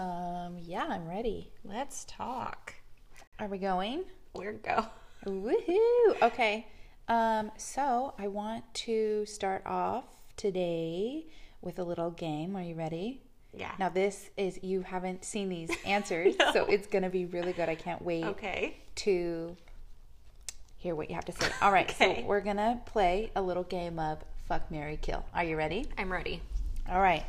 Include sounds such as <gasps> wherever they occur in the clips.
Um, yeah, I'm ready. Let's talk. Are we going? We're go. Woohoo! Okay. Um, so I want to start off today with a little game. Are you ready? Yeah. Now this is you haven't seen <laughs> these answers, so it's gonna be really good. I can't wait Okay. to hear what you have to say. All right, Okay. so we're gonna play a little game of fuck Mary Kill. Are you ready? I'm ready. All right.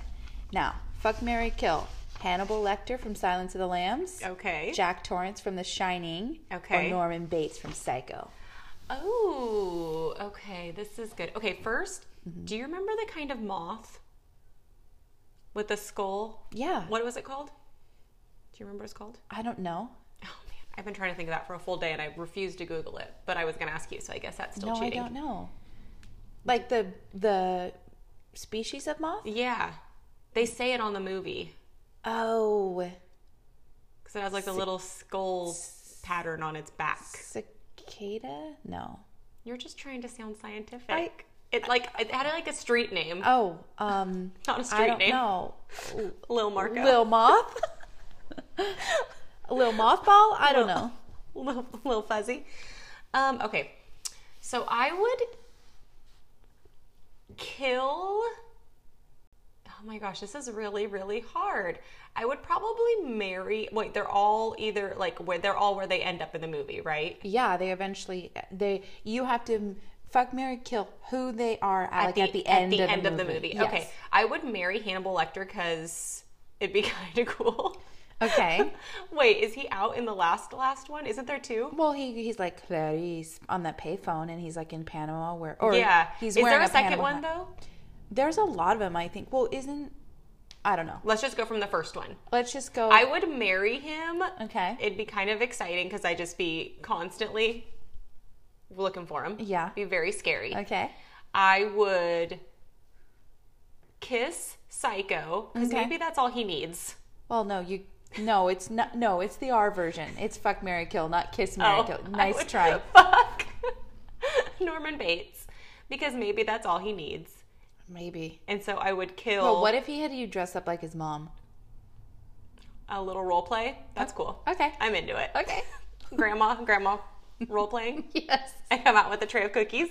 Now, fuck Mary Kill. Hannibal Lecter from Silence of the Lambs. Okay. Jack Torrance from The Shining. Okay. Or Norman Bates from Psycho. Oh, okay. This is good. Okay, 1st Mm-hmm. do you remember the kind of moth with the skull? Yeah. What was it called? Do you remember what it's called? I don't know. Oh man, I've been trying to think of that for a full day and I refused to Google it. But I was going to ask you, so I guess that's still no, cheating. I don't know. Like the the species of moth? Yeah, they say it on the movie Oh, because it has like the little skull pattern on its back. cicada? No. You're just trying to sound scientific. it like it had like a street name, Oh, <laughs> um not a I street don't name. know. Lil Marco. <laughs> Lil <laughs> Moth? Lil Mothball? I don't know. little, little fuzzy. Um, okay, so I would kill. Oh my gosh, this is really, really hard. I would probably marry. Wait, they're all either like where they're all where they end up in the movie, right? Yeah, they eventually they you have to fuck Mary kill who they are at, like, at the end of the movie. Yes. Okay, I would marry Hannibal Lecter because it'd be <laughs> kind of cool. <laughs> Okay. <laughs> Wait, is he out in the last last one? Isn't there two? Well, he he's like Clarice on that payphone, and he's like in Panama where or Yeah. he's is wearing there a, second Panama one hat. though? There's a lot of them, I think. Well, isn't I don't know. Let's just go from the first one. Let's just go. I would marry him. okay. It'd be kind of exciting because I'd just be constantly looking for him. Yeah. Be very scary. okay. I would kiss Psycho because Okay. maybe that's all he needs. Well, no, you. No, it's not. No, it's the R version. It's fuck Mary kill, not kiss Mary Oh, kill. I Nice would- try. <laughs> Fuck Norman Bates because maybe that's all he needs. Maybe. And so I would kill But what if he had you dress up like his mom? a little role play. That's cool. Okay. I'm into it. Okay. <laughs> Grandma, grandma role playing. yes. I come out with a tray of cookies.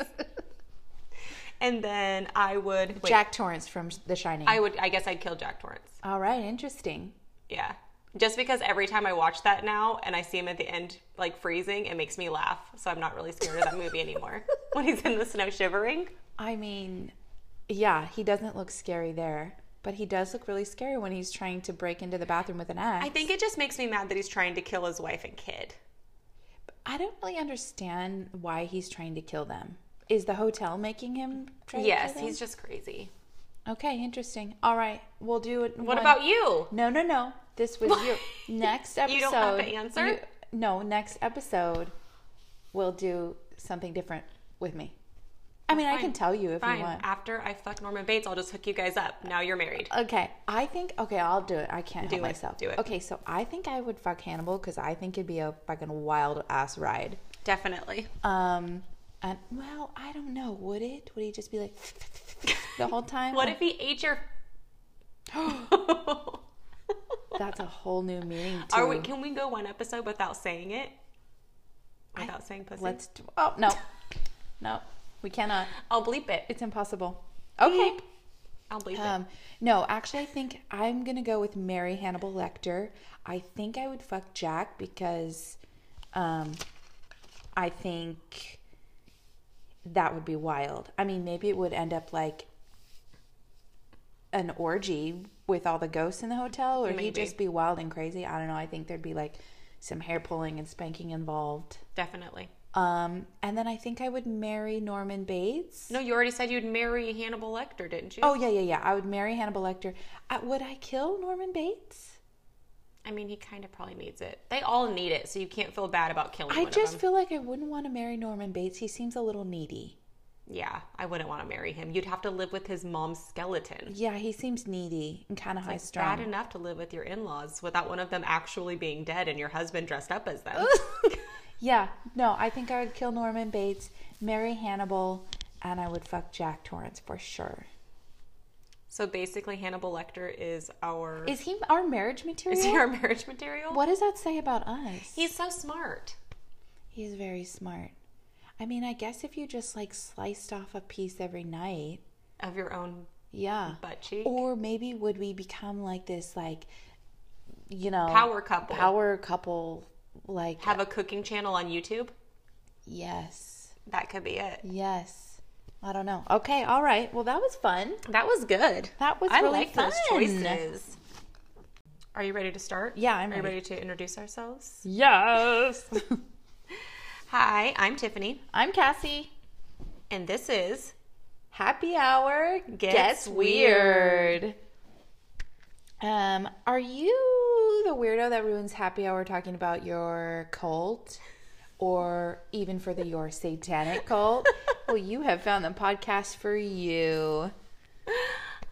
and then I would wait, Jack Torrance from The Shining. I would I guess I'd kill Jack Torrance. All right, interesting. Yeah. Just because every time I watch that now and I see him at the end like freezing, it makes me laugh. So I'm not really scared of that movie anymore. <laughs> When he's in the snow shivering. I mean, yeah, he doesn't look scary there, but he does look really scary when he's trying to break into the bathroom with an axe. I think it just makes me mad that he's trying to kill his wife and kid. I don't really understand why he's trying to kill them. Is the hotel making him? Try to Yes, kill them? he's just crazy. okay. Interesting. All right, we'll do it. What about you? No, no, no. This was your <laughs> next episode. You don't have to answer? no, next episode we'll do something different with me. I mean, I fine. can tell you if Fine. you want. After I fuck Norman Bates, I'll just hook you guys up. Now you're married. Okay, I think okay, I'll do it. I can't Do help it. myself. Do it. Okay, so I think I would fuck Hannibal because I think it'd be a fucking wild ass ride. Definitely. Um, and well, I don't know. Would it? Would he just be like <laughs> the <laughs> whole time? Oh. What if he <gasps> ate your? Oh, That's a whole new meaning. To, Are we? Can we go one episode without saying it? Without saying pussy. Let's. Do, oh no, no, we cannot. I'll bleep it. It's impossible. Okay. I'll bleep it. Um, no, actually, I think I'm gonna go with Mary Hannibal Lecter. I think I would fuck Jack because, um, I think that would be wild. I mean, maybe it would end up like an orgy with all the ghosts in the hotel, or he'd Maybe. just be wild and crazy. I don't know. I think there'd be like some hair pulling and spanking involved. Definitely. Um, and then I think I would marry Norman Bates. No, you already said you'd marry Hannibal Lecter, didn't you? Oh yeah, yeah, yeah. I would marry Hannibal Lecter. I, would I kill Norman Bates? I mean, he kind of probably needs it. They all need it, so you can't feel bad about killing. I one of just them. feel like I wouldn't want to marry Norman Bates. He seems a little needy. yeah, I wouldn't want to marry him. You'd have to live with his mom's skeleton. Yeah, he seems needy and kind of high Bad strung. enough to live with your in-laws without one of them actually being dead and your husband dressed up <laughs> as them. Yeah, no, I think I would kill Norman Bates, marry Hannibal, and I would fuck Jack Torrance for sure. So basically, Hannibal Lecter is our Is he our marriage material? is he our marriage material. what does that say about us? He's so smart. He's very smart. I mean, I guess if you just like sliced off a piece every night, Of your own yeah. butt cheek. Or maybe would we become like this, like, you know, Power couple. power couple, like, Have a cooking channel on YouTube. yes, That could be it. yes. I don't know. Okay, all right. Well, that was fun. That was good. That was I really like fun. those choices. Are you ready to start? Yeah, I'm Are you ready. ready to introduce ourselves? Yes. Hi, I'm Tiffany, I'm Cassie. and this is Happy hour gets, Gets weird. Um, are you the weirdo that ruins happy hour talking about your cult? Or even for the your <laughs> satanic cult? well, you have found the podcast for you.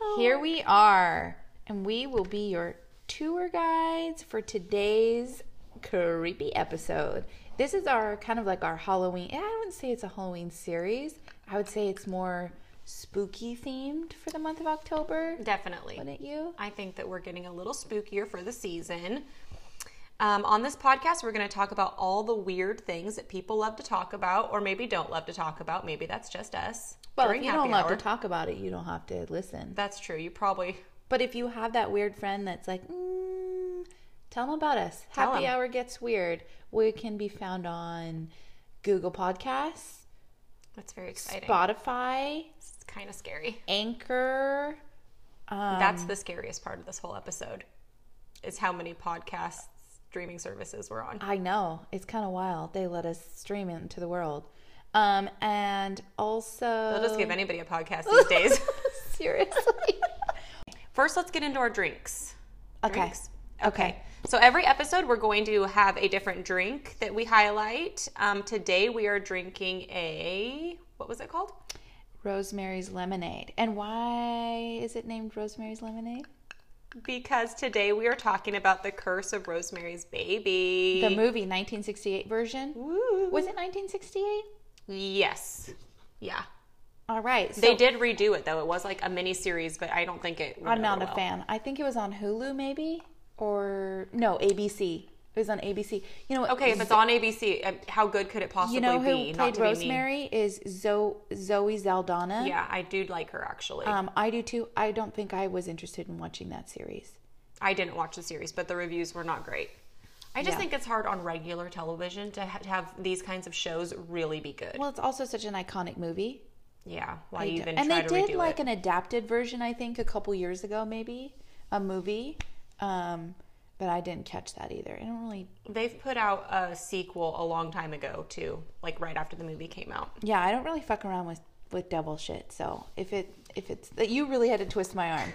Oh. Here we are, and we will be your tour guides for today's creepy episode. This is our kind of like our Halloween. eh, I wouldn't say it's a Halloween series. I would say it's more spooky themed for the month of October. Definitely. Wouldn't you? I think that we're getting a little spookier for the season. Um, on this podcast, we're going to talk about all the weird things that people love to talk about, or maybe don't love to talk about. Maybe that's just us. Well, during if you don't happy love hour. to talk about it, you don't have to listen. That's true. You probably But if you have that weird friend that's like, mm, tell them about us. Tell Happy 'em. Hour Gets Weird. We can be found on Google Podcasts, that's very exciting. Spotify, It's kind of scary. Anchor. Um, that's the scariest part of this whole episode. Is how many podcasts streaming services we're on. I know. It's kind of wild. They let us stream it into the world. Um, and also. They'll just Oh. give anybody a podcast these days. <laughs> <laughs> Seriously. First, let's get into our drinks. okay. Drinks. Okay. So every episode, we're going to have a different drink that we highlight. Um, today, we are drinking a what was it called? Rosemary's Lemonade. And why is it named Rosemary's Lemonade? Because today we are talking about the curse of Rosemary's Baby. The movie 1968 version. Woo. Was it 1968? Yes. Yeah. All right. So They did redo it though. It was like a mini series, but I don't think it. went I'm not over a well. fan. I think it was on Hulu maybe or no, ABC. It was on ABC. You know Okay, if it's on ABC, um, how good could it possibly You know who be? played to be mean. Rosemary is Zo- Zoe Zaldana. Yeah, I do like her actually. Um, I do too. I don't think I was interested in watching that series. I didn't watch the series, but the reviews were not great. I just Yeah. think it's hard on regular television to ha- have these kinds of shows really be good. Well, it's also such an iconic movie. yeah, why even and they try to did redo like it? an adapted version, I think, a couple years ago, maybe a movie. Um, but I didn't catch that either. I don't really. They've put out a sequel a long time ago too, like right after the movie <laughs> came out. Yeah, I don't really fuck around with with devil shit. So if it if it's that you really had to twist my arm.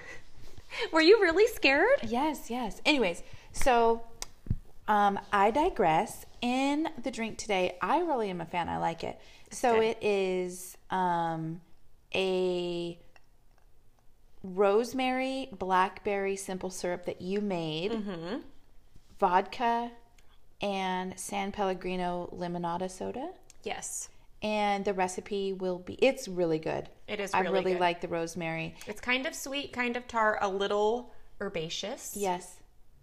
Were you really scared? Yes, yes. Anyways, so um, I digress. In the drink today, I really am a fan. I like it. So good. it is um, a rosemary blackberry simple syrup that you made, vodka, and San Pellegrino limonada soda. Yes, And the recipe will be, it's really good. It is I really really good. like the rosemary. it's kind of sweet, kind of tart, a little herbaceous. Yes.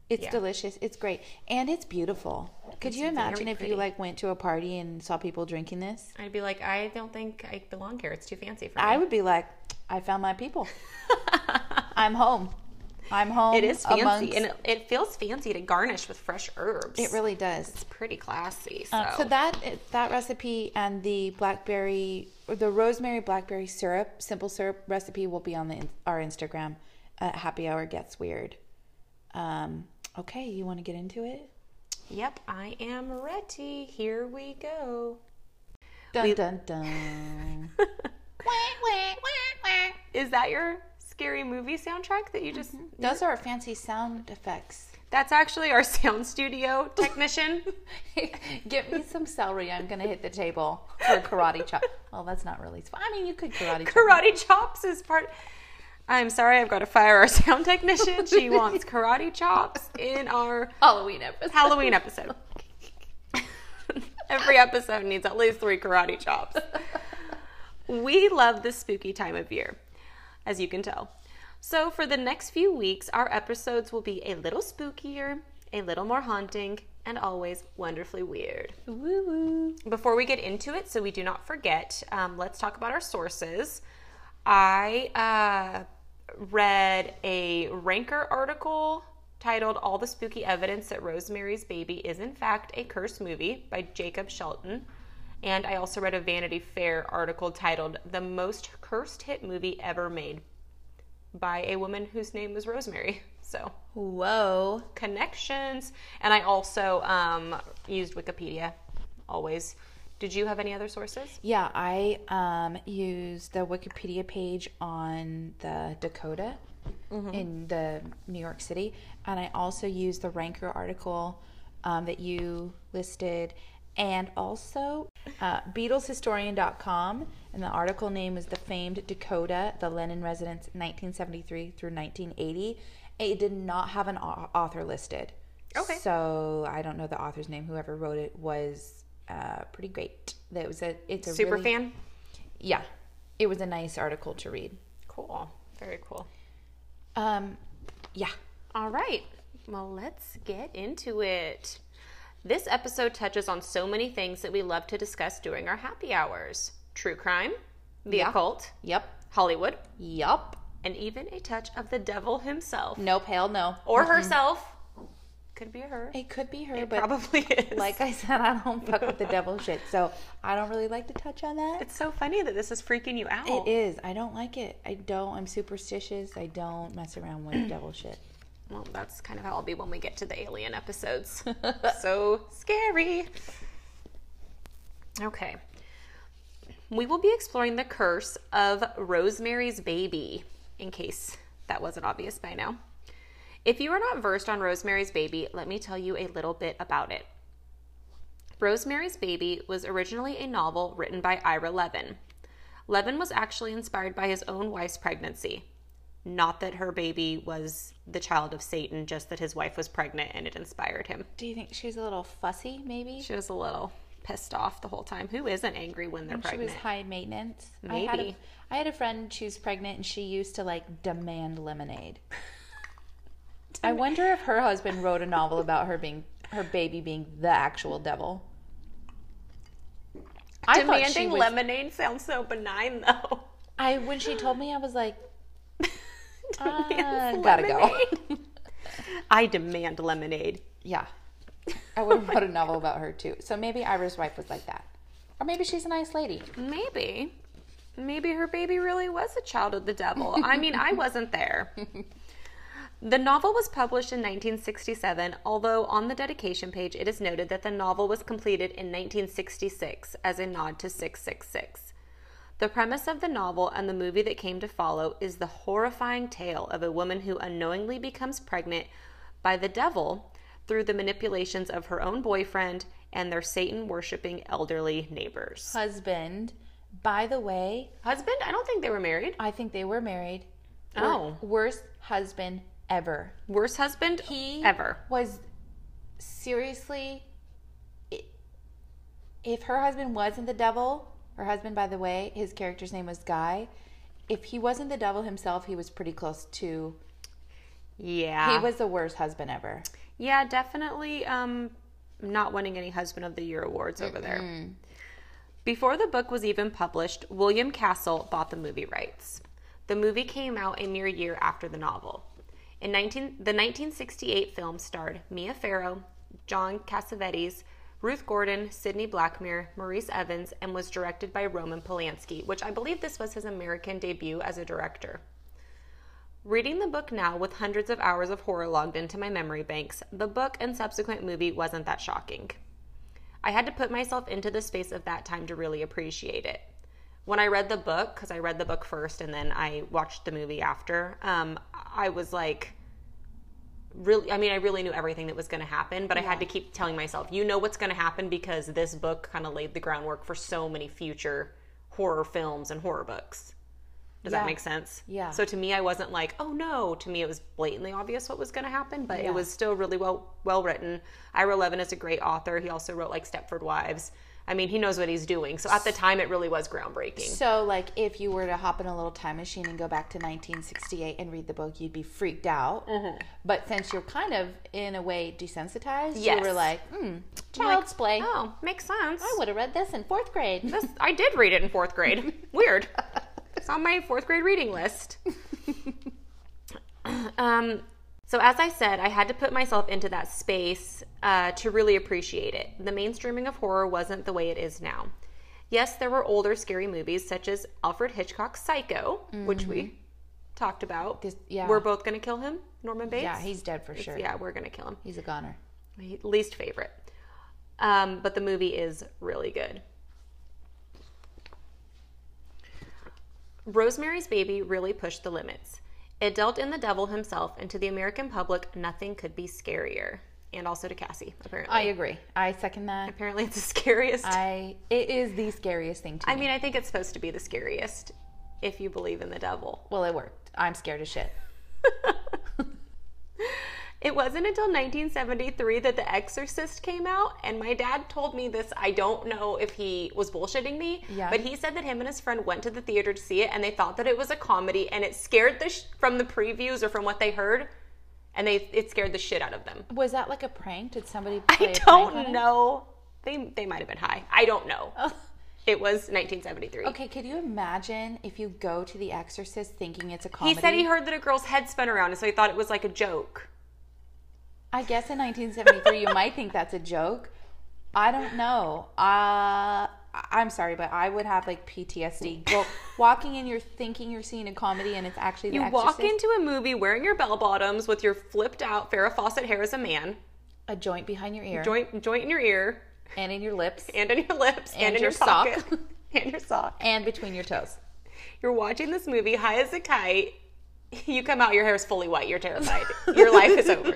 It's Yeah. delicious. It's great. And it's beautiful. Could you imagine very if pretty. you like went to a party and saw people drinking this? I'd be like, I don't think I belong here. It's too fancy for me. I would be like, I found my <laughs> people. I'm home. I'm home. it is fancy, amongst- and it, it feels fancy to garnish with fresh herbs. it really does. It's pretty classy. So, Uh, so that that recipe and the blackberry, or the rosemary blackberry syrup, simple syrup recipe will be on the in- our Instagram at Happy Hour Gets Weird. Um, okay, you want to get into it? yep, I am ready. Here we go. Dun dun <laughs> dun. Is that your scary movie soundtrack that you just? Those are fancy sound effects. That's actually our sound studio technician. <laughs> Get me some celery. I'm gonna hit the table for a karate chop. Well, that's not really. sp- I mean, you could karate chop. karate chops is part. I'm sorry, I've got to fire our sound technician. She wants karate chops in our Halloween episode. Halloween episode. Every episode needs at least three karate chops. We love this spooky time of year, as you can tell. So, for the next few weeks, our episodes will be a little spookier, a little more haunting, and always wonderfully weird. Woo woo. Before we get into it, so we do not forget, um, let's talk about our sources. I uh, read a Ranker article titled All the Spooky Evidence That Rosemary's Baby Is in Fact a Cursed Movie by Jacob Shelton. And I also read a Vanity Fair article titled The Most Cursed Hit Movie Ever Made by a woman whose name was Rosemary. <laughs> So Whoa. connections. And I also um, used Wikipedia, always. Did you have any other sources? Yeah, I um, used the Wikipedia page on the Dakota in the New York City, and I also used the Ranker article um, that you listed, and also uh, BeatlesHistorian.com, and the article name is "The Famed Dakota: The Lennon Residence, 1973 through 1980." It did not have an au- author listed. Okay. So I don't know the author's name. Whoever wrote it was uh, pretty great. That was a it's a Super really- fan? Yeah, it was a nice article to read. Cool. Very cool. Um, yeah. All right. Well, let's get into it. This episode touches on so many things that we love to discuss during our happy hours true crime, the Yeah. occult, Yep. Hollywood, Yup. and even a touch of the devil himself Nope. Hell no. or herself. Could be a her. It could be her, but Probably is. <laughs> like I said, I don't fuck with the devil shit, so I don't really like to touch on that. it's so funny that this is freaking you out. It is. I don't like it. I don't. I'm superstitious. I don't mess around <clears throat> with devil shit. Well, that's kind of how I'll be when we get to the alien episodes. so scary. Okay. We will be exploring the curse of Rosemary's Baby, in case that wasn't obvious by now. If you are not versed on Rosemary's Baby, let me tell you a little bit about it. Rosemary's Baby was originally a novel written by Ira Levin. Levin was actually inspired by his own wife's pregnancy. Not that her baby was the child of Satan, just that his wife was pregnant and it inspired him. Do you think she's a little fussy? Maybe She was a little pissed off the whole time. Who isn't angry when they're she pregnant? was high maintenance. I had, a, Maybe. I had a friend. She was pregnant, and she used to like demand <laughs> lemonade. I wonder if her husband wrote a novel about her being her baby being the actual devil. I thought she Demanding was- lemonade sounds so benign, though. <laughs> I when she told me, I was like, Demands Uh, gotta go. lemonade. <laughs> I demand lemonade. yeah, I would have wrote a novel about her too. So maybe Ira's wife was like that, or maybe she's a nice lady. Maybe. Maybe her baby really was a child of the devil. I mean, I wasn't there. The novel was published in 1967, although on the dedication page it is noted that the novel was completed in 1966 as a nod to 666. The premise of the novel and the movie that came to follow is the horrifying tale of a woman who unknowingly becomes pregnant by the devil through the manipulations of her own boyfriend and their Satan worshipping elderly neighbors. Husband, by the way, Husband? I don't think they were married. I think they were married. Oh. worst husband ever. Worst husband He ever. was seriously. i- If her husband wasn't the devil, her husband, by the way, his character's name was Guy. If he wasn't the devil himself, he was pretty close to. Yeah. He was the worst husband ever. Yeah, definitely um not winning any husband of the year awards over there. Before the book was even published, William Castle bought the movie rights. The movie came out a mere year after the novel. In 19 the 1968 film starred Mia Farrow, John Cassavetes, Ruth Gordon, Sidney Blackmere, Maurice Evans, and was directed by Roman Polanski, which I believe this was his American debut as a director. Reading the book now with hundreds of hours of horror logged into my memory banks, the book and subsequent movie wasn't that shocking. I had to put myself into the space of that time to really appreciate it. When I read the book, because I read the book first and then I watched the movie after, um, I was like, really, I mean, I really knew everything that was going to happen, but I had to keep telling myself, you know what's going to happen because this book kind of laid the groundwork for so many future horror films and horror books. Does Yeah. that make sense? Yeah. So to me, I wasn't like, oh no. To me, it was blatantly obvious what was going to happen, but Yeah. it was still really well well written. Ira Levin is a great author. He also wrote like Stepford Wives, I mean, he knows what he's doing. So at the time, it really was groundbreaking. So, like, if you were to hop in a little time machine and go back to 1968 and read the book, you'd be freaked out. But since you're kind of, in a way, desensitized, you Yes. were like, hmm, child's play. Oh, makes sense. I would have read this in fourth grade. This, I did read it in fourth grade. <laughs> Weird. It's on my fourth grade reading list. <clears throat> um, so, as I said, I had to put myself into that space uh, to really appreciate it. The mainstreaming of horror wasn't the way it is now. Yes, there were older scary movies such as Alfred Hitchcock's Psycho, which we talked about. Mm-hmm. This- yeah. We're both going to kill him, Norman Bates. yeah, he's dead for sure. yeah, we're going to kill him. He's a goner. My least favorite. Um, but the movie is really good. Rosemary's Baby really pushed the limits. It dealt in the devil himself, and to the American public, nothing could be scarier. And also to Cassie, apparently. I agree. I second that. apparently, it's the scariest. I, I it is the scariest thing to me. mean, I think it's supposed to be the scariest if you believe in the devil. well, it worked. I'm scared as shit. It wasn't until 1973 that The Exorcist came out, and my dad told me this. I don't know if he was bullshitting me, Yeah. but he said that him and his friend went to the theater to see it, and they thought that it was a comedy, and it scared the sh- from the previews or from what they heard, and they it scared the shit out of them. Was that like a prank? Did somebody? I Play a prank don't on know. They they might have been high. I don't know. it? It was 1973. Okay, could you imagine if you go to The Exorcist thinking it's a He comedy? said he heard that a girl's head spun around, and so he thought it was like a joke. I guess in 1973 you might think that's a joke. I don't know. Uh, I- I'm sorry, but I would have like PTSD. Go, walking in, you're thinking you're seeing a comedy, and it's actually The You Exorcist. walk into a movie wearing your bell bottoms with your flipped out Farrah Fawcett hair as a man, a joint behind your ear joint joint in your ear and in your lips and in your lips and, And in your your, sock. pocket <laughs> and your sock. and between your toes. You're watching this movie high as a kite. You come out, your hair is fully white. You're terrified. your life is <laughs> over.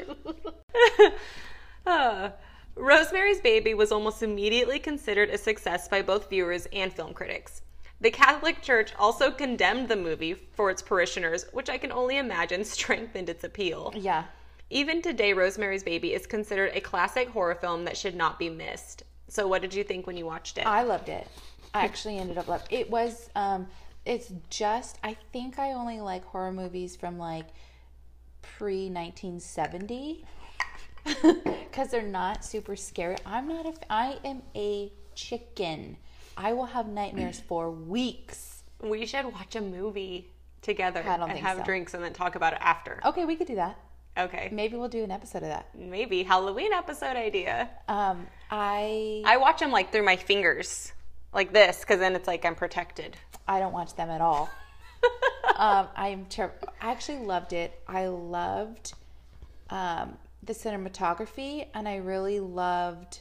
Uh, Rosemary's Baby was almost immediately considered a success by both viewers and film critics. The Catholic Church also condemned the movie for its parishioners, which I can only imagine <laughs> strengthened its appeal. Yeah. Even today, Rosemary's Baby is considered a classic horror film that should not be missed. So, what did you think when you watched it? I loved it. I actually ended up loving it. Was um, it's just I think I only like horror movies from like pre nineteen seventy <laughs> because they're not super scary. I'm not a. f- I am a chicken. I will have nightmares for weeks. we should watch a movie together I don't and think have so. Oh. drinks and then talk about it after. Okay, we could do that. Okay, Maybe we'll do an episode of that. maybe Halloween episode idea. Um, I I watch them like through my fingers, like this, because then it's like I'm protected. I don't watch them at <laughs> all. um, I'm ter- I actually loved it. I loved um, the cinematography, and I really loved.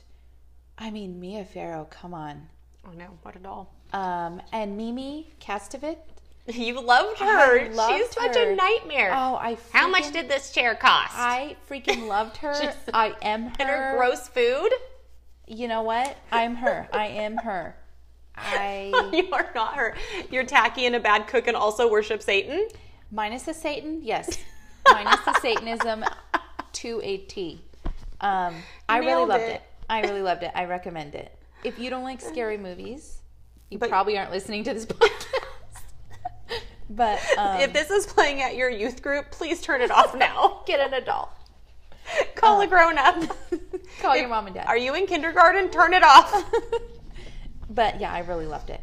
I mean, Mia Farrow, come on, Oh no, what at all? um, and Mimi Kastovit. <laughs> You loved her. loved She's such her. a nightmare. Oh, I freaking, How much did this chair cost? I freaking loved her. <laughs> She's- I am her. and her gross food. <laughs> You know what? I'm her. I am her. <laughs> I you are not her. You're tacky and a bad cook, and also worship Satan. minus the Satan, <laughs> yes, minus the Satanism to a T. Um, I really Nailed loved it. it. I really loved it. I recommend it. If you don't like scary movies, you But- probably aren't listening to this <laughs> podcast. but um, if this is playing at your youth group, please turn it off <laughs> now. get an adult. Call a grown up. Call your mom and dad. Are you in kindergarten? Turn it off. but yeah, I really loved it,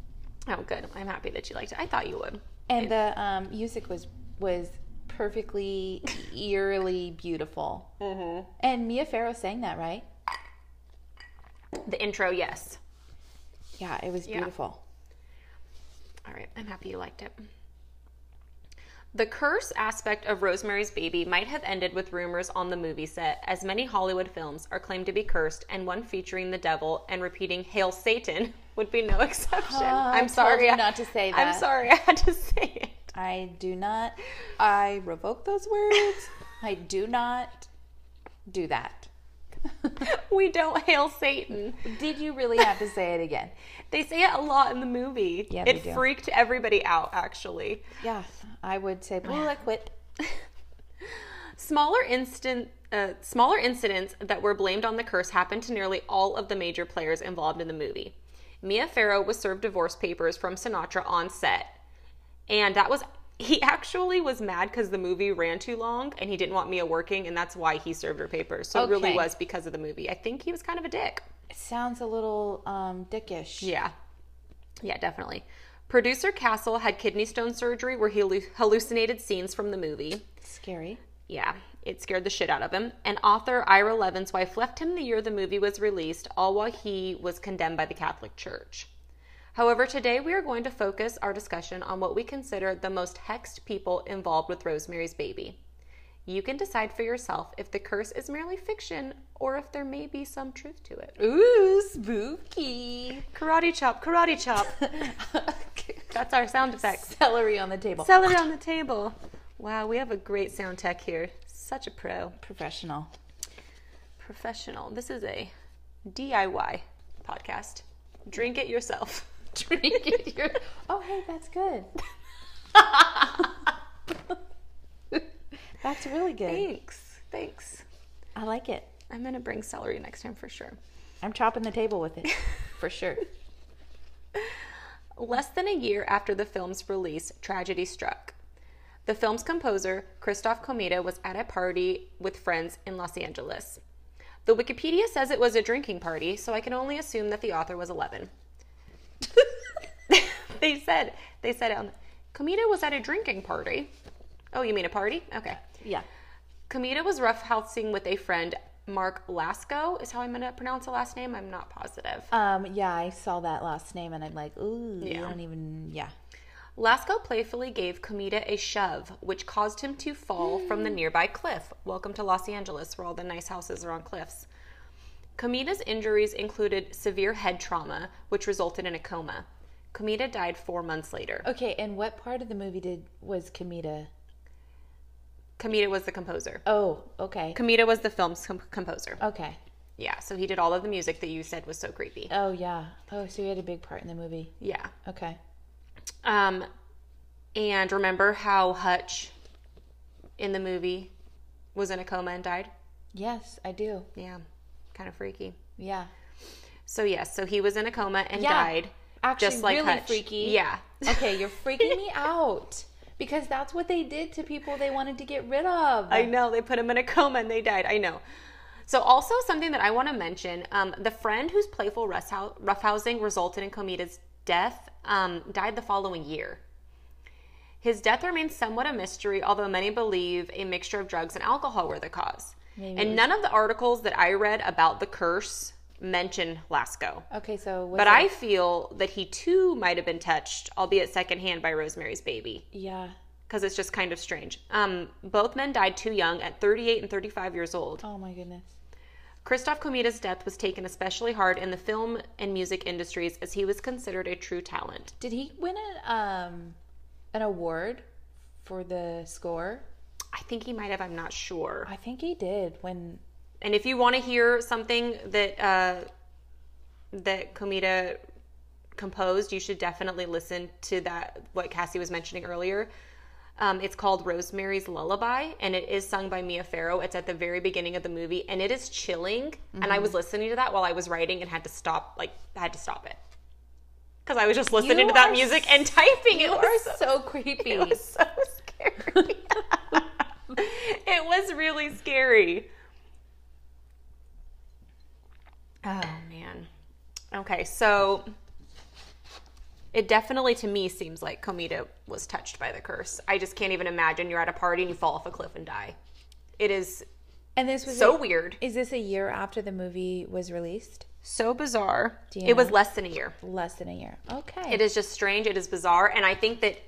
<laughs> oh, good. I'm happy that you liked it. I thought you would. and the um, music was was perfectly eerily beautiful. Mm-hmm. And Mia Farrow sang that, right? The intro, yes. Yeah, it was beautiful. All right, I'm happy you liked it. The curse aspect of Rosemary's Baby might have ended with rumors on the movie set, as many Hollywood films are claimed to be cursed, and one featuring the devil and repeating "Hail Satan" <laughs> would be no exception. Ah, I I'm told sorry, you I- not to say I'm that. sorry, <laughs> I had to say it. I do not. I revoke those <laughs> words. I do not do <laughs> that. We don't hail Satan. Did you really have to say it again? They say it a lot in the movie. Yeah, it they do. freaked everybody out, actually. Yeah, I would say, well, I quit. Smaller instant uh, smaller incidents that were blamed on the curse happened to nearly all of the major players involved in the movie. Mia Farrow was served divorce papers from Sinatra on set. And that was, <laughs> he actually was mad because the movie ran too long and he didn't want Mia working, and that's why he served her papers. So it really Okay. was because of the movie. I think he was kind of a dick. It sounds a little um, dickish. Yeah. Yeah, definitely. Producer Castle had kidney stone surgery where he hallu- hallucinated scenes from the movie. Scary. Yeah, it scared the shit out of him. And author Ira Levin's wife left him the year the movie was released, all while he was condemned by the Catholic Church. However, today we are going to focus our discussion on what we consider the most hexed people involved with Rosemary's Baby. You can decide for yourself if the curse is merely fiction or if there may be some truth to it. Ooh, spooky. <laughs> Karate chop, karate chop. <laughs> That's our sound effects. Celery on the table. Celery on the table. Wow, we have a great sound tech here. Such a pro. Professional. Professional. This is a DIY podcast. Drink it yourself. Drink <laughs> it. Your- oh, hey, that's good. <laughs> that's really good. Thanks. Thanks. I like it. I'm going to bring celery next time for sure. I'm chopping the table with <laughs> it for sure. Less than a year after the film's release, tragedy struck. The film's composer, Christoph Komeda, was at a party with friends in Los Angeles. The Wikipedia says it was a drinking party, so I can only assume that the author was 11. <laughs> they said they said it on Komeda was at a drinking party. Oh, you mean a party? Okay. Yeah. Komeda was roughhousing with a friend, Mark Lasco, is how I'm going to pronounce the last name. I'm not positive. Um, yeah, I saw that last name and I'm like, ooh, you Yeah. don't even, yeah. Lasco playfully gave Comida a shove, which caused him to fall from the nearby cliff. Welcome to Los Angeles, where all the nice houses are on cliffs. Comida's injuries included severe head trauma, which resulted in a coma. Comida died four months later. Okay, and what part of the movie did was Kamita? Comida was the composer. Oh, okay. Comida was the film's com- composer. okay. Yeah, so he did all of the music that you said was so creepy. Oh, yeah. Oh, so he had a big part in the movie. Yeah. Okay. Um, and remember how Hutch in the movie was in a coma and died? Yes, I do. Yeah, kind of freaky. Yeah. So yes, so he was in a coma and Yeah. died, Actually, just like really Hutch. freaky. Yeah. <laughs> Okay, <laughs> you're freaking me out because that's what they did to people they wanted to get rid of. I know they put him in a coma and they died. I know. So also something that I want to mention: um, the friend whose playful rest hou- roughhousing resulted in Komida's death um, died the following year. His death remains somewhat a mystery, although many believe a mixture of drugs and alcohol were the cause. Maybe it And was- none of the articles that I read about the curse mention Lasco. Okay, so was But it- I feel that he too might have been touched, albeit secondhand, by Rosemary's Baby, yeah. because it's just kind of strange. Um, both men died too young, at 38 and 35 years old. Oh my goodness. Christoph Komeda's death was taken especially hard in the film and music industries, as he was considered a true talent. Did he win a um an award for the score? I think he might have. I'm not sure. I think he did when And if you want to hear something that uh, that Komeda composed, you should definitely listen to that. What Cassie was mentioning earlier. Um, it's called Rosemary's Lullaby, and it is sung by Mia Farrow. It's at the very beginning of the movie, and it is chilling. And I was Mm-hmm. listening to that while I was writing, and had to stop. Like, I had to stop it because I was just listening You to that are music s- and typing. you it was are so- so creepy. it was <laughs> so scary. <laughs> it was really scary. Oh man. Okay, so it definitely to me seems like Komita was touched by the curse. I just can't even imagine you're at a party and you fall off a cliff and die. It is and this was so a- weird, Is this a year after the movie was released? so bizarre. Do you It was know? less than a year. Less than a year. Okay. It is just strange. It is bizarre. And I think that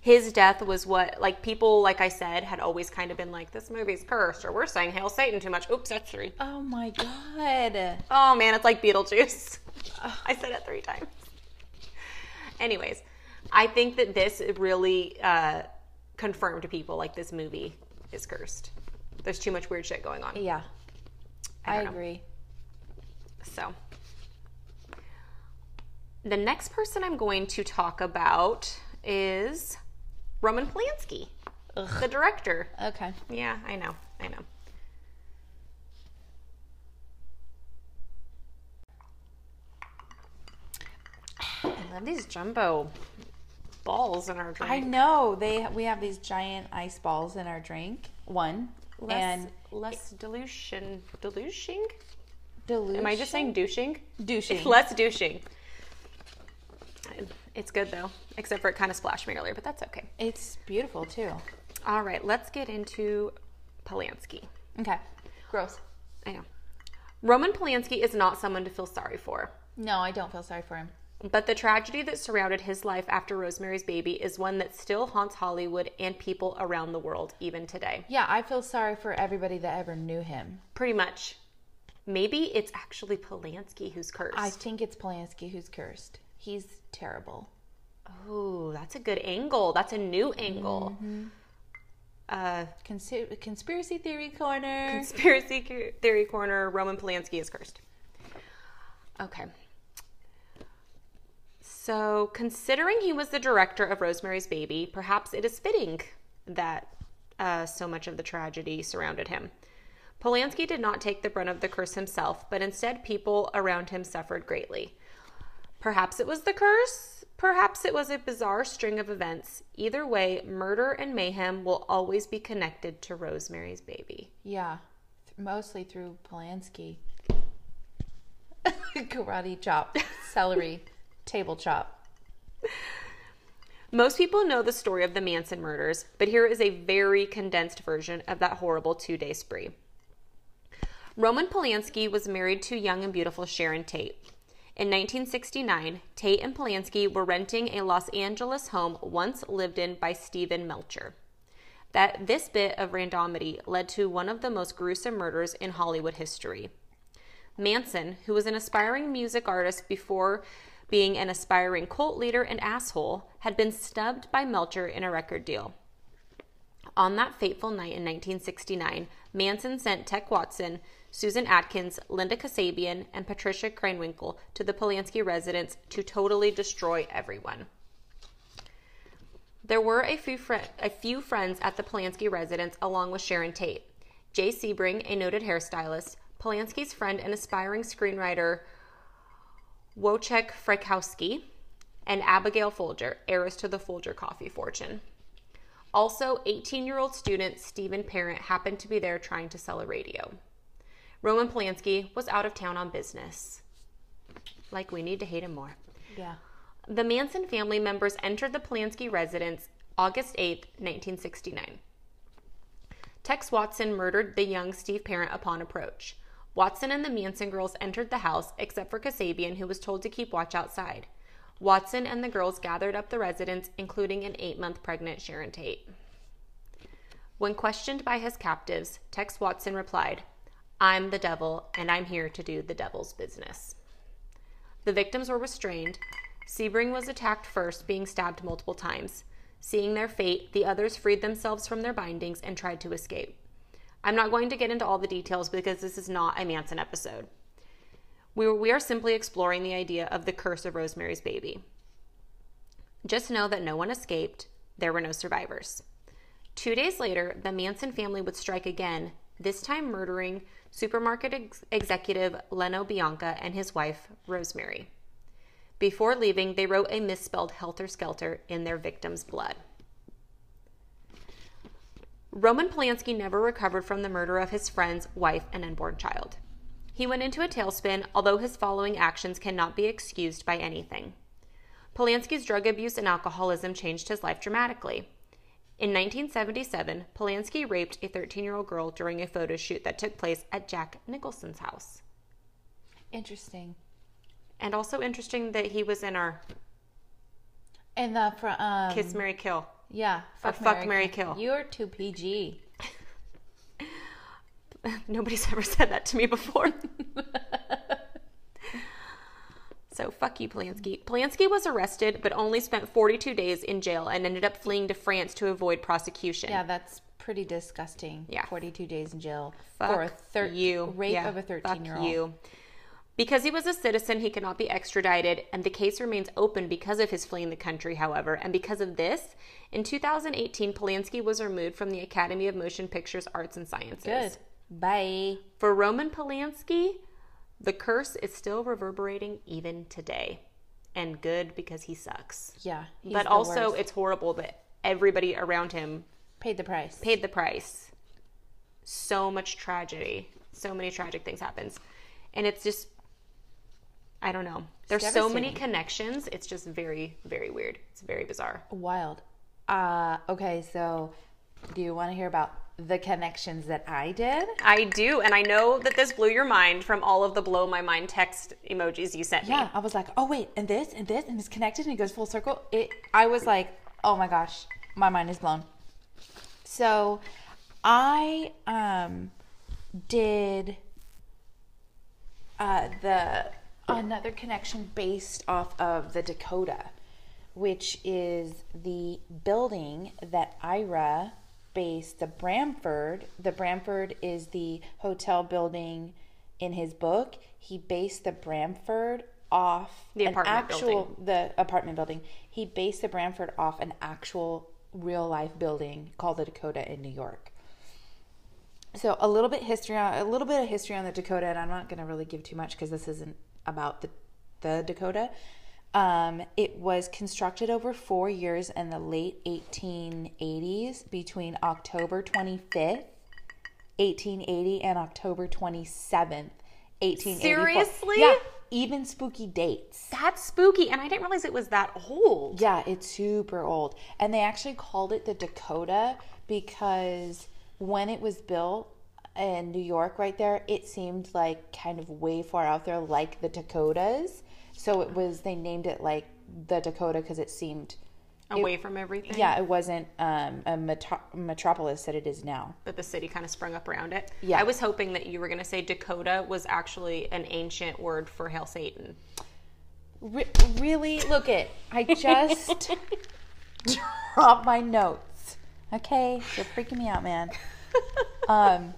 his death was what, like, people, like I said, had always kind of been like, this movie's cursed, or we're saying Hail Satan too much. Oops, that's three. Oh my god. Oh, man, it's like Beetlejuice. <laughs> I said it three times. Anyways, I think that this really uh, confirmed to people, like, this movie is cursed. There's too much weird shit going on. Yeah. I, don't know. agree. So, the next person I'm going to talk about is Roman Polanski, the director. Okay. Yeah, I know, I know. I love these jumbo balls in our drink. I know they. We have these giant ice balls in our drink. One less, and less dilution. Dilution? dilution. Am I just saying douching? douching? Less douching. It's good though, except for it kind of splashed me earlier, but that's okay. It's beautiful too. All right, let's get into Polanski. Okay. Gross. I know. Roman Polanski is not someone to feel sorry for, No, I don't feel sorry for him. but the tragedy that surrounded his life after Rosemary's Baby is one that still haunts Hollywood and people around the world even today. Yeah, I feel sorry for everybody that ever knew him. Pretty much. Maybe it's actually Polanski who's cursed. I think it's Polanski who's cursed. He's terrible. Oh, that's a good angle. That's a new angle. Mm-hmm. Uh, Consi- conspiracy theory corner. conspiracy <laughs> cu- theory corner. Roman Polanski is cursed. Okay. So, considering he was the director of Rosemary's Baby, perhaps it is fitting that uh, so much of the tragedy surrounded him. Polanski did not take the brunt of the curse himself, but instead, people around him suffered greatly. Perhaps it was the curse. Perhaps it was a bizarre string of events. Either way, murder and mayhem will always be connected to Rosemary's Baby. yeah, th- mostly through Polanski. <laughs> Karate chop, <laughs> celery, table chop. Most people know the story of the Manson murders, but here is a very condensed version of that horrible two day spree. Roman Polanski was married to young and beautiful Sharon Tate. In 1969, Tate and Polanski were renting a Los Angeles home once lived in by Stephen Melcher. That this bit of randomity led to one of the most gruesome murders in Hollywood history. Manson, who was an aspiring music artist before being an aspiring cult leader and asshole, had been snubbed by Melcher in a record deal. On that fateful night in 1969, Manson sent Tech Watson, Susan Atkins, Linda Kasabian, and Patricia Krenwinkel to the Polanski residence to totally destroy everyone. There were a few, fri a few friends at the Polanski residence along with Sharon Tate. Jay Sebring, a noted hairstylist, Polanski's friend and aspiring screenwriter Wojciech Frykowski, and Abigail Folger, heiress to the Folger coffee fortune. Also, 18 year old student Stephen Parent happened to be there trying to sell a radio. Roman Polanski was out of town on business. Like, we need to hate him more. Yeah. The Manson family members entered the Polanski residence August 8, 1969. Tex Watson murdered the young Steve Parent upon approach. Watson and the Manson girls entered the house, except for Kasabian, who was told to keep watch outside. Watson and the girls gathered up the residence, including an eight month pregnant Sharon Tate. When questioned by his captives, Tex Watson replied, I'm the devil, and I'm here to do the devil's business. The victims were restrained. Sebring was attacked first, being stabbed multiple times. Seeing their fate, the others freed themselves from their bindings and tried to escape. I'm not going to get into all the details because this is not a Manson episode. We, we are simply exploring the idea of the curse of Rosemary's baby. Just know that no one escaped, there were no survivors. Two days later, the Manson family would strike again, this time murdering supermarket ex- executive Leno Bianca and his wife, Rosemary. Before leaving, they wrote a misspelled helter skelter in their victim's blood. Roman Polanski never recovered from the murder of his friend's wife and unborn child. He went into a tailspin, although his following actions cannot be excused by anything. Polanski's drug abuse and alcoholism changed his life dramatically. In 1977, Polanski raped a 13 year old girl during a photo shoot that took place at Jack Nicholson's house. Interesting. And also interesting that he was in our And the from um, Kiss Mary Kill. <laughs> yeah, or fuck, marry, kill. You are too PG. Nobody's ever said that to me before. <laughs> so fuck you, Polanski. Polanski was arrested, but only spent 42 days in jail and ended up fleeing to France to avoid prosecution. Yeah, that's pretty disgusting. Yeah. forty-two days in jail Fuck for a thir- you. rape Yeah, of a fuck thirteen-year-old. you. Because he was a citizen, he could not be extradited, and the case remains open because of his fleeing the country, however. And because of this, in 2018, Polanski was removed from the Academy of Motion Pictures Arts and Sciences. Good. Bye. For Roman Polanski, the curse is still reverberating even today. and good because he sucks. Yeah. he's but the also, worst. it's horrible that everybody around him paid the price. paid the price. So much tragedy. So many tragic things happens. And it's just I don't know. There's so many devastating. connections. It's just very very weird. It's very bizarre. Wild. Uh, okay, so do you want to hear about the connections that I did? I do, and I know that this blew your mind from all of the blow my mind text emojis you sent me. Yeah, I was like, oh wait, and this and this and it's connected and it goes full circle. It. I was like, oh my gosh, my mind is blown. So, I um did uh, the another connection based off of the Dakota, which is the building that Ira based the Bramford. The Bramford is the hotel building in his book. He based the Bramford off The apartment actual the apartment building. He based the Bramford off an actual real life building called the Dakota in New York. So a little bit history on a little bit of history on the Dakota, and I'm not going to really give too much because this isn't about the the Dakota. Um, it was constructed over four years in the late 1880s between October 25th, 1880, and October 27th, 1884. Seriously? Yeah, even spooky dates. That's spooky, and I didn't realize it was that old. Yeah, it's super old. And they actually called it the Dakota because when it was built in New York, right there, it seemed like kind of way far out there, like the Dakotas. So it was, they named it like the Dakota because it seemed, Away from everything. yeah, it wasn't um, a metro- metropolis that it is now. That the city kind of sprung up around it. Yeah. I was hoping that you were going to say Dakota was actually an ancient word for Hail Satan. Re- really, look it. I <laughs> just dropped my notes. Okay, you're freaking me out, <laughs> man. Um,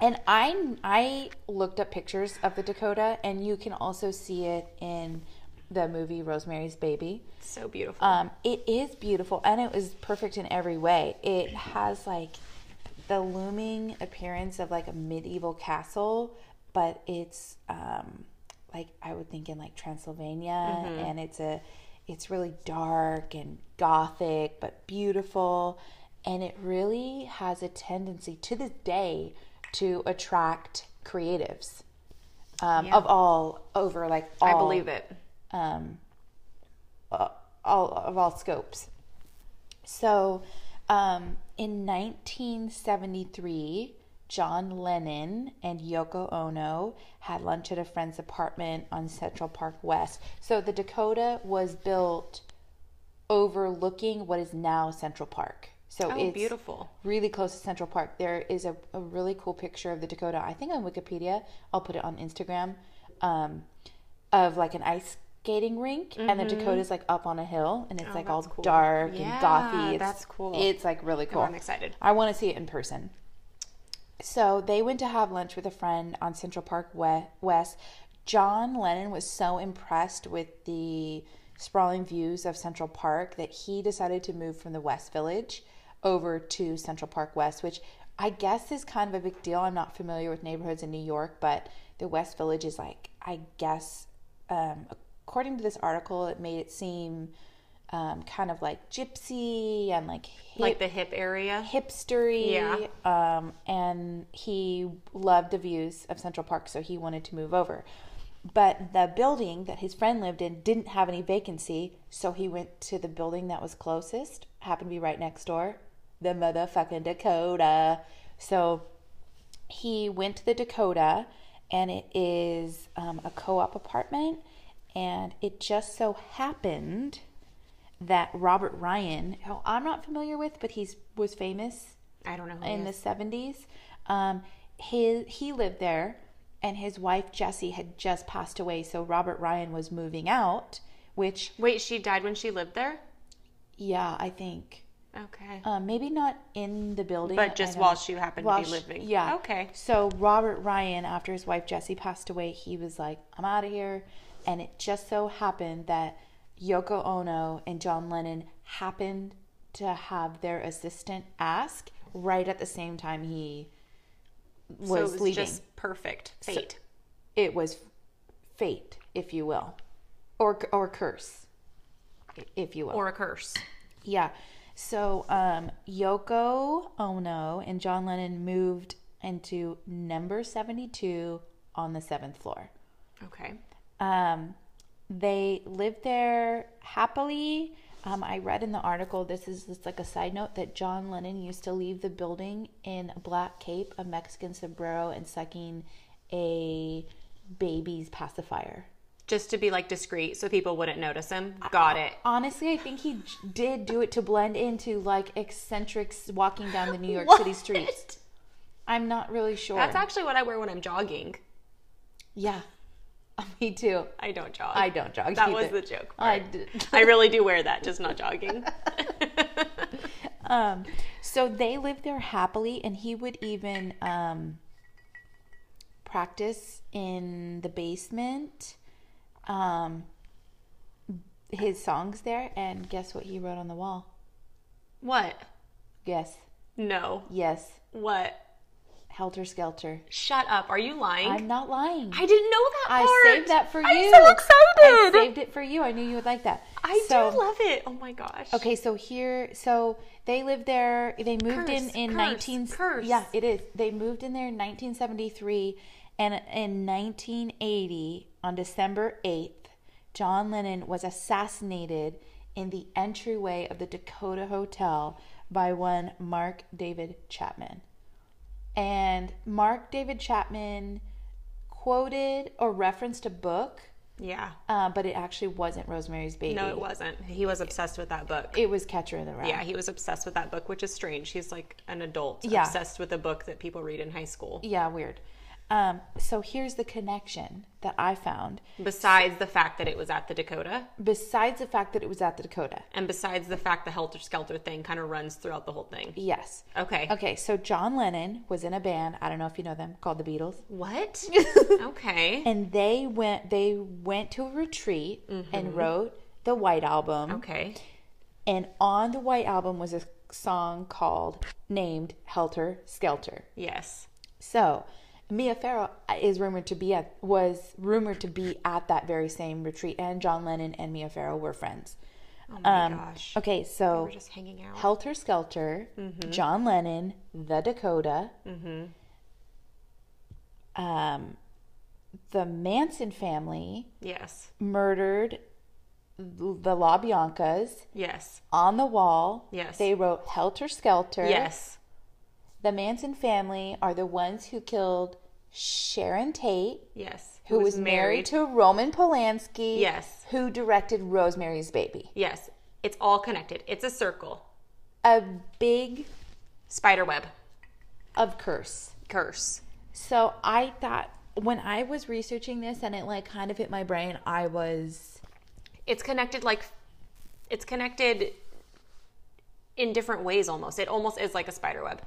and I I looked up pictures of the Dakota, and you can also see it in the movie Rosemary's Baby. so beautiful. Um, it is beautiful, and it was perfect in every way. It has like the looming appearance of like a medieval castle, but it's um, like I would think in like Transylvania, Mm-hmm. and it's a it's really dark and gothic, but beautiful, and it really has a tendency to this day to attract creatives um, Yeah. of all over like all I believe it. um, uh, all of all scopes. So, um, in 1973, John Lennon and Yoko Ono had lunch at a friend's apartment on Central Park West. So the Dakota was built overlooking what is now Central Park. So Oh, it's beautiful. really close to Central Park. There is a, a really cool picture of the Dakota, I think on Wikipedia, I'll put it on Instagram, um, of like an ice skating rink, and the Dakota's like up on a hill, and it's like all Mm-hmm. Oh, that's cool. dark Yeah, and gothy. It's, that's cool. It's like really cool. I'm excited. I want to see it in person. So they went to have lunch with a friend on Central Park We- West. John Lennon was so impressed with the sprawling views of Central Park that he decided to move from the West Village over to Central Park West, which I guess is kind of a big deal. I'm not familiar with neighborhoods in New York, but the West Village is like, I guess, um, according to this article, it made it seem um, kind of like gypsy and like hip Like the hip area. hipstery. Um, and he loved the views of Central Park, so he wanted to move over. But the building that his friend lived in didn't have any vacancy, so he went to the building that was closest, happened to be right next door, the motherfucking Dakota. So he went to the Dakota, and it is um, a co op apartment. And it just so happened that Robert Ryan, who I'm not familiar with, but he's was famous I don't know. Who in the 70s. Um, his, he lived there, and his wife Jessie had just passed away, so Robert Ryan was moving out. Which, Wait, she died when she lived there? yeah, I think Okay. um, maybe not in the building, I but just don't while know. she happened While to be she- living. yeah. Okay. So Robert Ryan, after his wife Jessie passed away, he was like, "I'm out of here," and it just so happened that Yoko Ono and John Lennon happened to have their assistant ask right at the same time he was so it was leaving. just perfect fate. It was fate, if you will. or or curse, i- if you will. or a curse. Yeah. So um, Yoko Ono and John Lennon moved into number 72 on the seventh floor. Okay. Um, they lived there happily. Um, I read in the article, this is just like a side note, that John Lennon used to leave the building in a black cape, a Mexican sombrero, and sucking a baby's pacifier. Just to be like discreet so people wouldn't notice him. Got it. Honestly, I think he j- did do it to blend into like eccentrics walking down the New York City What? streets. I'm not really sure. That's actually what I wear when I'm jogging. yeah, <laughs> me too. I don't jog. I don't jog. That either. was the joke. I part. d- <laughs> I really do wear that, just not jogging. um, so they lived there happily, and he would even um, practice in the basement. Um, his songs there, and guess what he wrote on the wall? what? Yes, No. yes, What? Helter Skelter. Shut up. Are you lying? I'm not lying. I didn't know that I part. saved that for you. I'm so I excited. I, saved it for you. I knew you would like that. so, do love it. Oh my gosh. Okay, so here, so they lived there. They moved in Curse, in curse, 19. curse. Yeah, it is. They moved in there in 1973, and in 1980, on December 8th, John Lennon was assassinated in the entryway of the Dakota Hotel by one Mark David Chapman. And Mark David Chapman quoted or referenced a book, Yeah. uh, but it actually wasn't Rosemary's Baby. No, it wasn't. He was obsessed with that book. It was Catcher in the Rye. Yeah, he was obsessed with that book, which is strange. He's like an adult Yeah. obsessed with a book that people read in high school. Yeah, weird. Um, so here's the connection that I found. Besides the fact that it was at the Dakota, Besides the fact that it was at the Dakota. and besides the fact the Helter Skelter thing kind of runs throughout the whole thing. Yes. Okay. Okay, so John Lennon was in a band, I don't know if you know them, called the Beatles. <laughs> What? okay. And they went they went to a retreat and wrote the White Album. Okay. And on the White Album was a song called named Helter Skelter. Yes. So, Mia Farrow is rumored to be at was rumored to be at that very same retreat, and John Lennon and Mia Farrow were friends. Oh my gosh. Okay, Um, so We're just hanging out. Helter Skelter, John Lennon, The Dakota, um, the Manson family Yes. murdered the La Biancas Yes. on the wall. Yes. They wrote Helter Skelter. Yes. The Manson family are the ones who killed Sharon Tate. Yes. who was married to Roman Polanski. Yes. Who directed Rosemary's Baby. Yes. It's all connected. It's a circle. A big Spider web. of curse. Curse. So I thought when I was researching this and it like kind of hit my brain, I was It's connected like it's connected in different ways almost. It almost is like a spider web.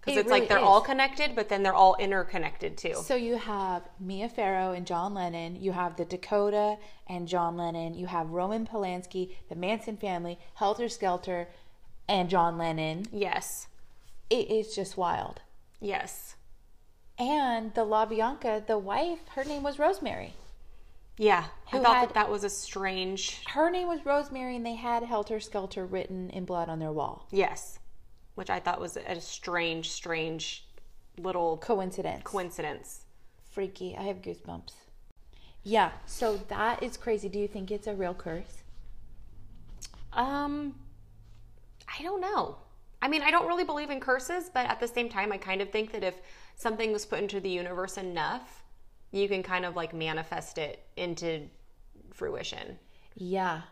Because It it's really like they're is. all connected, but then they're all interconnected too. so you have Mia Farrow and John Lennon, you have the Dakota and John Lennon, you have Roman Polanski, the Manson family, Helter Skelter, and John Lennon. Yes. It is just wild. Yes. And the La Bianca, the wife, her name was Rosemary. Yeah. Who I thought had- that that was a strange. her name was Rosemary, and they had Helter Skelter written in blood on their wall. Yes. Which I thought was a strange, strange little Coincidence. coincidence. Freaky. I have goosebumps. Yeah, so that is crazy. Do you think it's a real curse? Um, I don't know. I mean, I don't really believe in curses, but at the same time, I kind of think that if something was put into the universe enough, you can kind of like manifest it into fruition. Yeah.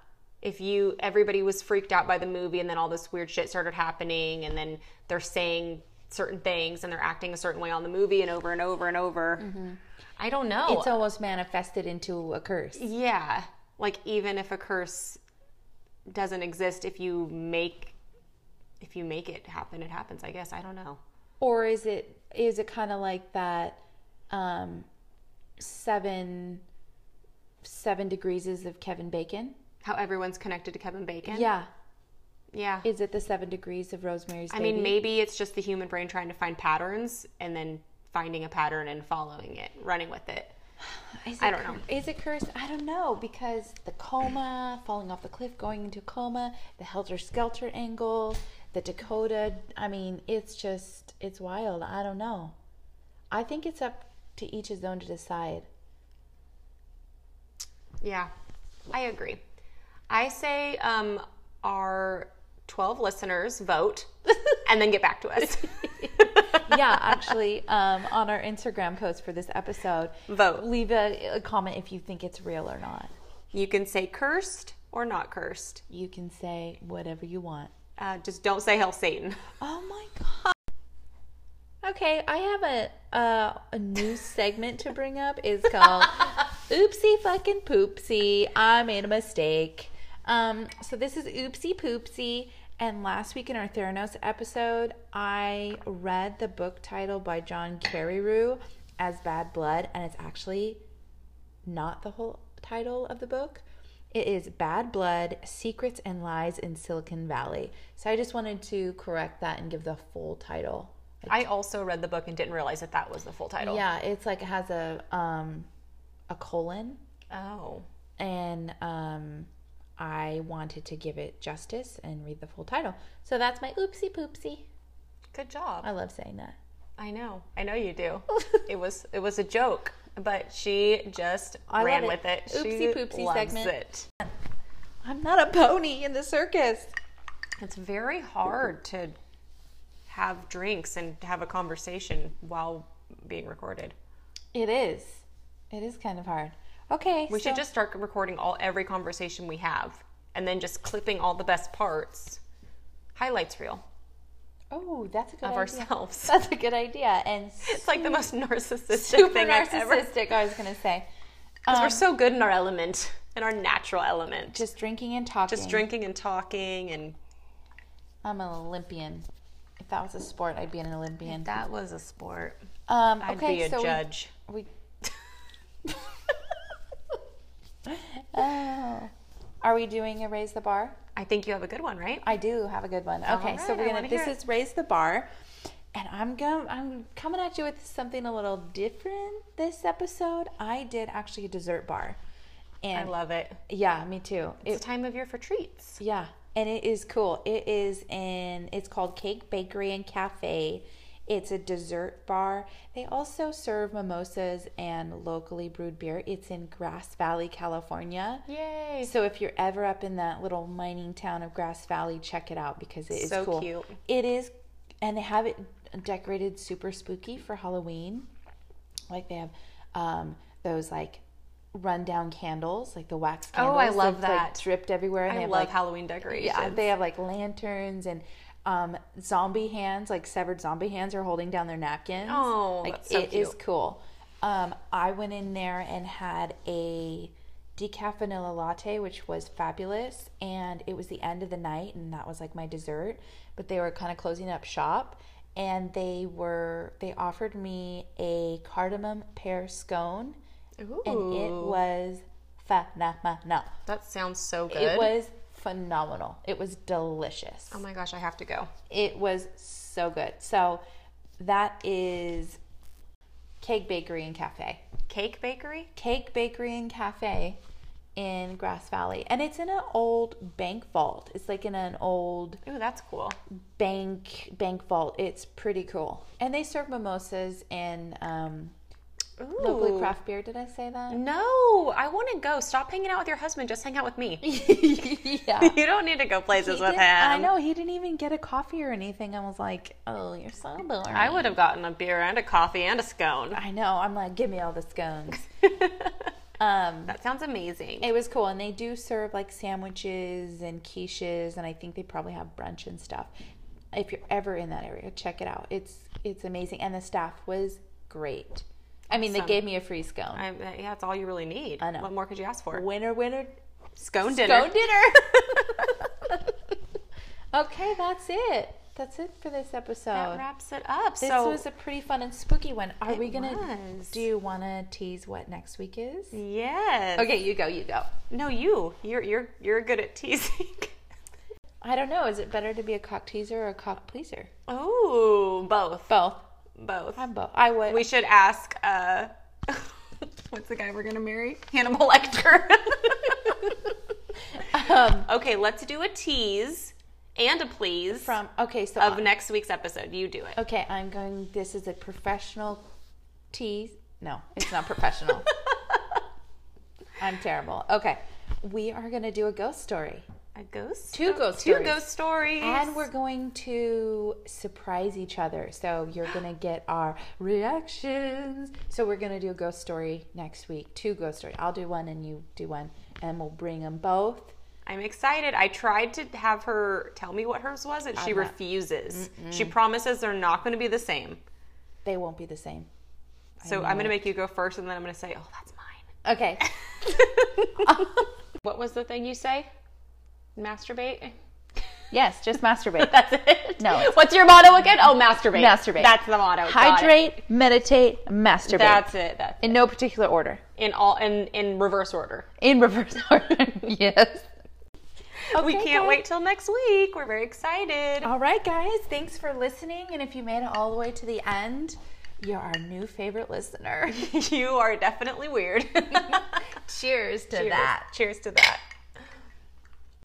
If you, everybody was freaked out by the movie and then all this weird shit started happening and then they're saying certain things and they're acting a certain way on the movie and over and over and over. I don't know. It's almost manifested into a curse. E- Yeah. Like even if a curse doesn't exist, if you make if you make it happen, it happens, I guess. I don't know. Or is it is it kind of like that um seven seven degrees is of Kevin Bacon? How everyone's connected to Kevin Bacon. Yeah. Yeah. Is it the seven degrees of Rosemary's I Baby? mean, maybe it's just the human brain trying to find patterns and then finding a pattern and following it, running with it. Is I it don't know. cur- Is it cursed? I don't know because the coma, falling off the cliff, going into a coma, the helter skelter angle, the Dakota. I mean, it's just it's wild. I don't know. I think it's up to each his own to decide. Yeah, I agree. I say um, our 12 listeners vote and then get back to us. <laughs> yeah, actually, um, on our Instagram post for this episode, Vote. Leave a, a comment if you think it's real or not. You can say cursed or not cursed. You can say whatever you want. Uh, just don't say hell Satan. Oh my god. Okay, I have a uh, a new segment to bring up. It's called Oopsie fucking poopsie. I made a mistake. Um, so this is Oopsie poopsie. And last week in our Theranos episode, I read the book title by John Carreyrou as Bad Blood, and it's actually not the whole title of the book. It is Bad Blood Secrets and Lies in Silicon Valley. So I just wanted to correct that and give the full title. I also read the book and didn't realize that that was the full title. Yeah, it's like it has a um a colon Oh. and um I wanted to give it justice and read the full title. So that's my oopsie poopsie. Good job. I love saying that. I know. I know you do. it was it was a joke, but she just I ran love with it. it. Oopsie poopsie loves segment. it. I'm not a pony in the circus. It's very hard to have drinks and have a conversation while being recorded. It is. It is kind of hard. Okay. We so- should just start recording all every conversation we have and then just clipping all the best parts. Highlights reel Oh, that's a good of idea. ourselves. <laughs> That's a good idea. And It's like the most narcissistic super thing I've ever. Because narcissistic. I was gonna say, Um, we're so good in our element, in our natural element. Just, just drinking and talking. drinking and talking, and I'm an Olympian. If that was a sport, I'd be an Olympian. that was a sport. Um, I'd okay, be a so we- judge. We. oh. Are we doing a raise the bar? <laughs> I think you have a good one, right? I do have a good one. Okay, right, so I we're gonna. wanna This hear is raise the bar, and I'm going to I'm coming at you with something a little different this episode. I did actually a dessert bar, I and love it. yeah, me too. It- It's the time of year for treats. Yeah, and it is cool. It is in it's called Cake Bakery and Cafe. It's a dessert bar. They also serve mimosas and locally brewed beer. It's in Grass Valley, California. Yay! So if you're ever up in that little mining town of Grass Valley, check it out because it is So cool. cute. It is and they have it decorated super spooky for Halloween. Like they have um those like rundown candles, like the wax candles. Oh, I love that's, like, that. dripped everywhere and I they love have like Halloween decorations. yeah, they have like lanterns and um, zombie hands, like severed zombie hands, are holding down their napkins. Oh, like that's so it is cute. cool. Um, I went in there and had a decaf vanilla latte, which was fabulous, and it was the end of the night, and that was like my dessert. But they were kind of closing up shop, and they were they offered me a cardamom pear scone, and it Ooh. was phenomenal. That sounds so good. It was phenomenal. It was delicious. Oh my gosh, I have to go. It was so good. So that is Cake Bakery and Cafe. Cake bakery? Cake Bakery and Cafe in Grass Valley. And it's in an old bank vault. It's like in an old Ooh, that's cool. bank bank vault. It's pretty cool. And they serve mimosas and um, Ooh. Mm. locally craft beer. Did I say that? No, I want to go. Stop hanging out with your husband. Just hang out with me. <laughs> yeah. you don't need to go places He with didn't- him. I know he didn't even get a coffee or anything. I was like, "Oh, you're so boring." I would have gotten a beer and a coffee and a scone. I know. I'm like, give me all the <laughs> scones. um, That sounds amazing. it was cool, and they do serve like sandwiches and quiches, and I think they probably have brunch and stuff. If you're ever in that area, check it out. It's it's amazing, and the staff was great. I mean, they Awesome. gave me a free scone. I, yeah, that's all you really need. I know. What more could you ask for? winner, winner, Scone dinner. scone <laughs> dinner. <laughs> okay, that's it. That's it for this episode. That wraps it up. This so was a pretty fun and spooky one. Are It we gonna? was. Do you want to tease what next week is? yes. Okay, you go. You go. No, you. You're you're you're good at teasing. <laughs> I don't know. Is it better to be a cock teaser or a cock pleaser? oh, both. Both. Both. I'm both. I would. We should ask. Uh, <laughs> What's the guy we're gonna marry? Hannibal Lecter. <laughs> Um, okay, let's do a tease and a please from okay, so uh, of next week's episode. You do it. okay, I'm going. This is a professional tease. No, it's not <laughs> professional. I'm terrible. Okay, we are going to do a ghost story, A ghost. Two sto- ghost Two stories. ghost stories. and we're going to surprise each other. So you're <gasps> going to get our reactions. So we're going to do a ghost story next week. Two ghost story. I'll do one, and you do one, and we'll bring them both. I'm excited. I tried to have her tell me what hers was, and she not- refuses. She promises they're not going to be the same. They won't be the same. So I'm going to make you go first, and then I'm going to say, "Oh, that's mine." Okay. What was the thing you say? Masturbate. <laughs> Yes, just masturbate. <laughs> That's it. No, it's- <laughs> What's your motto again? Oh, masturbate. Masturbate. That's the motto. Got <laughs> it. Hydrate, meditate, masturbate. That's it. That's in no particular order. in all in in reverse order. In reverse <laughs> order. yes. we Okay, can't guys. wait till next week. We're very excited. All right, guys. Thanks for listening. And if you made it all the way to the end, you're our new favorite listener. <laughs> you are definitely weird. Cheers to <laughs> Oh. Cheers. that. Cheers to that.